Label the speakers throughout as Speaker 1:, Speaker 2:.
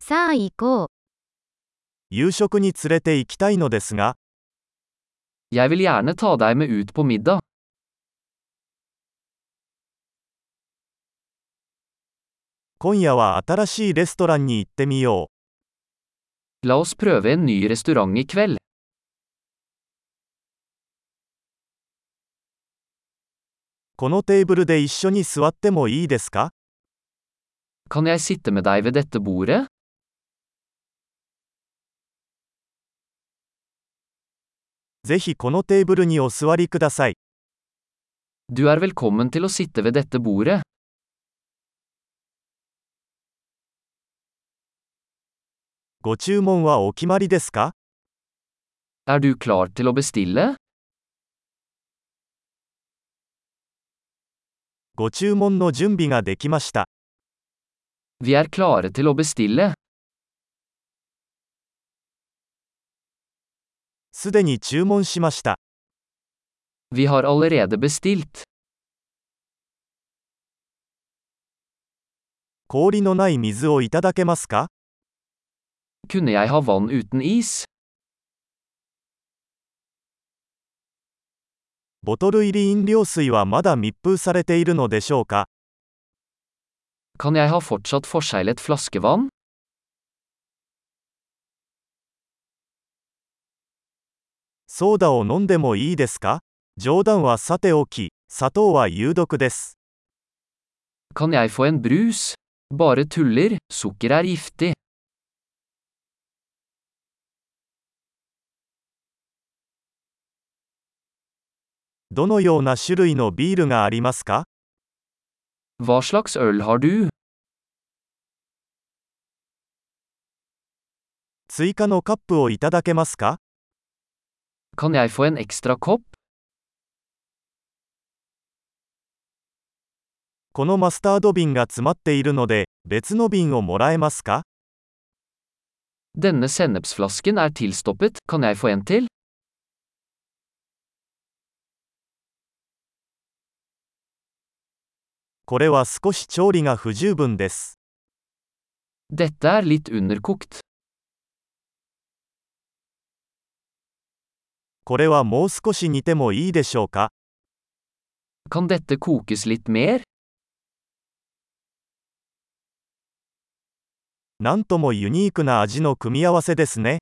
Speaker 1: さあ行こう。
Speaker 2: 夕食に連れて行きたいのですが、
Speaker 3: Jeg vil gjerne ta deg med ut på middag.
Speaker 2: 今夜は新しいレストランに行ってみよう。
Speaker 3: La oss prøve en ny restaurant i kveld.
Speaker 2: このテーブルで一緒に座ってもいいですか
Speaker 3: Kan jeg sitte med deg ved dette bordet?
Speaker 2: ぜひこのテーブルにお座りください。
Speaker 3: Du er velkommen til å sitte ved dette bordet.
Speaker 2: ご注文はお決まりですか
Speaker 3: Er du klar til å bestille?
Speaker 2: ご注文の準備ができました。
Speaker 3: Vi er klare til å bestille.
Speaker 2: すでに注文しました。
Speaker 3: Vi har allerede bestilt.
Speaker 2: 氷のない水をいただけますか
Speaker 3: Kunne jeg ha vann uten is?
Speaker 2: ボトル入り飲料水はまだ密封されているのでしょうか
Speaker 3: Kan jeg ha fortsatt forseglet flaskevann?
Speaker 2: ソーダを飲んでもいいですか冗談はさておき、砂糖は有毒です。
Speaker 3: Kan jeg få en brus? Bare tuller, sukker er giftig.
Speaker 2: どのような種類のビールがありますか
Speaker 3: Hva slags øl har du?
Speaker 2: 追加のカップをいただけますか
Speaker 3: Kan jeg få en ekstra kopp?
Speaker 2: このマスタード瓶が詰まっているので、別の瓶をもらえますか
Speaker 3: Denne sennepsflasken er tilstoppet, kan jeg få en til?
Speaker 2: これは少し調理が不十分です。
Speaker 3: Dette er litt underkokt.
Speaker 2: これはもう少し煮てもいいでしょうか
Speaker 3: Kan dette kokes litt mer?
Speaker 2: なんともユニークな味の組み合わせですね。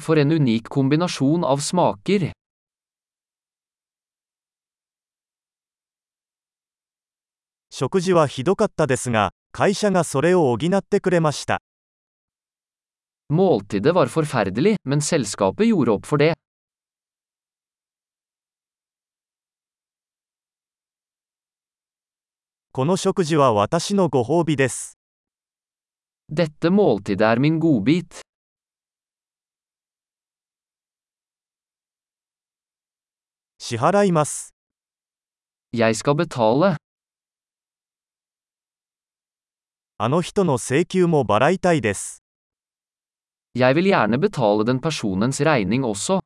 Speaker 3: For en unik kombinasjon av smaker.
Speaker 2: 食事はひどかったですが、会社がそれを補ってくれました。
Speaker 3: Måltidet var forferdelig, men selskapet gjorde opp for det.
Speaker 2: この食事は私のご褒美です。
Speaker 3: Dette måltidet er min godbit.
Speaker 2: 支払います。
Speaker 3: Jeg skal betale.
Speaker 2: あの人の請求も払いたいです。
Speaker 3: Jeg vil gjerne betale den personens regning også.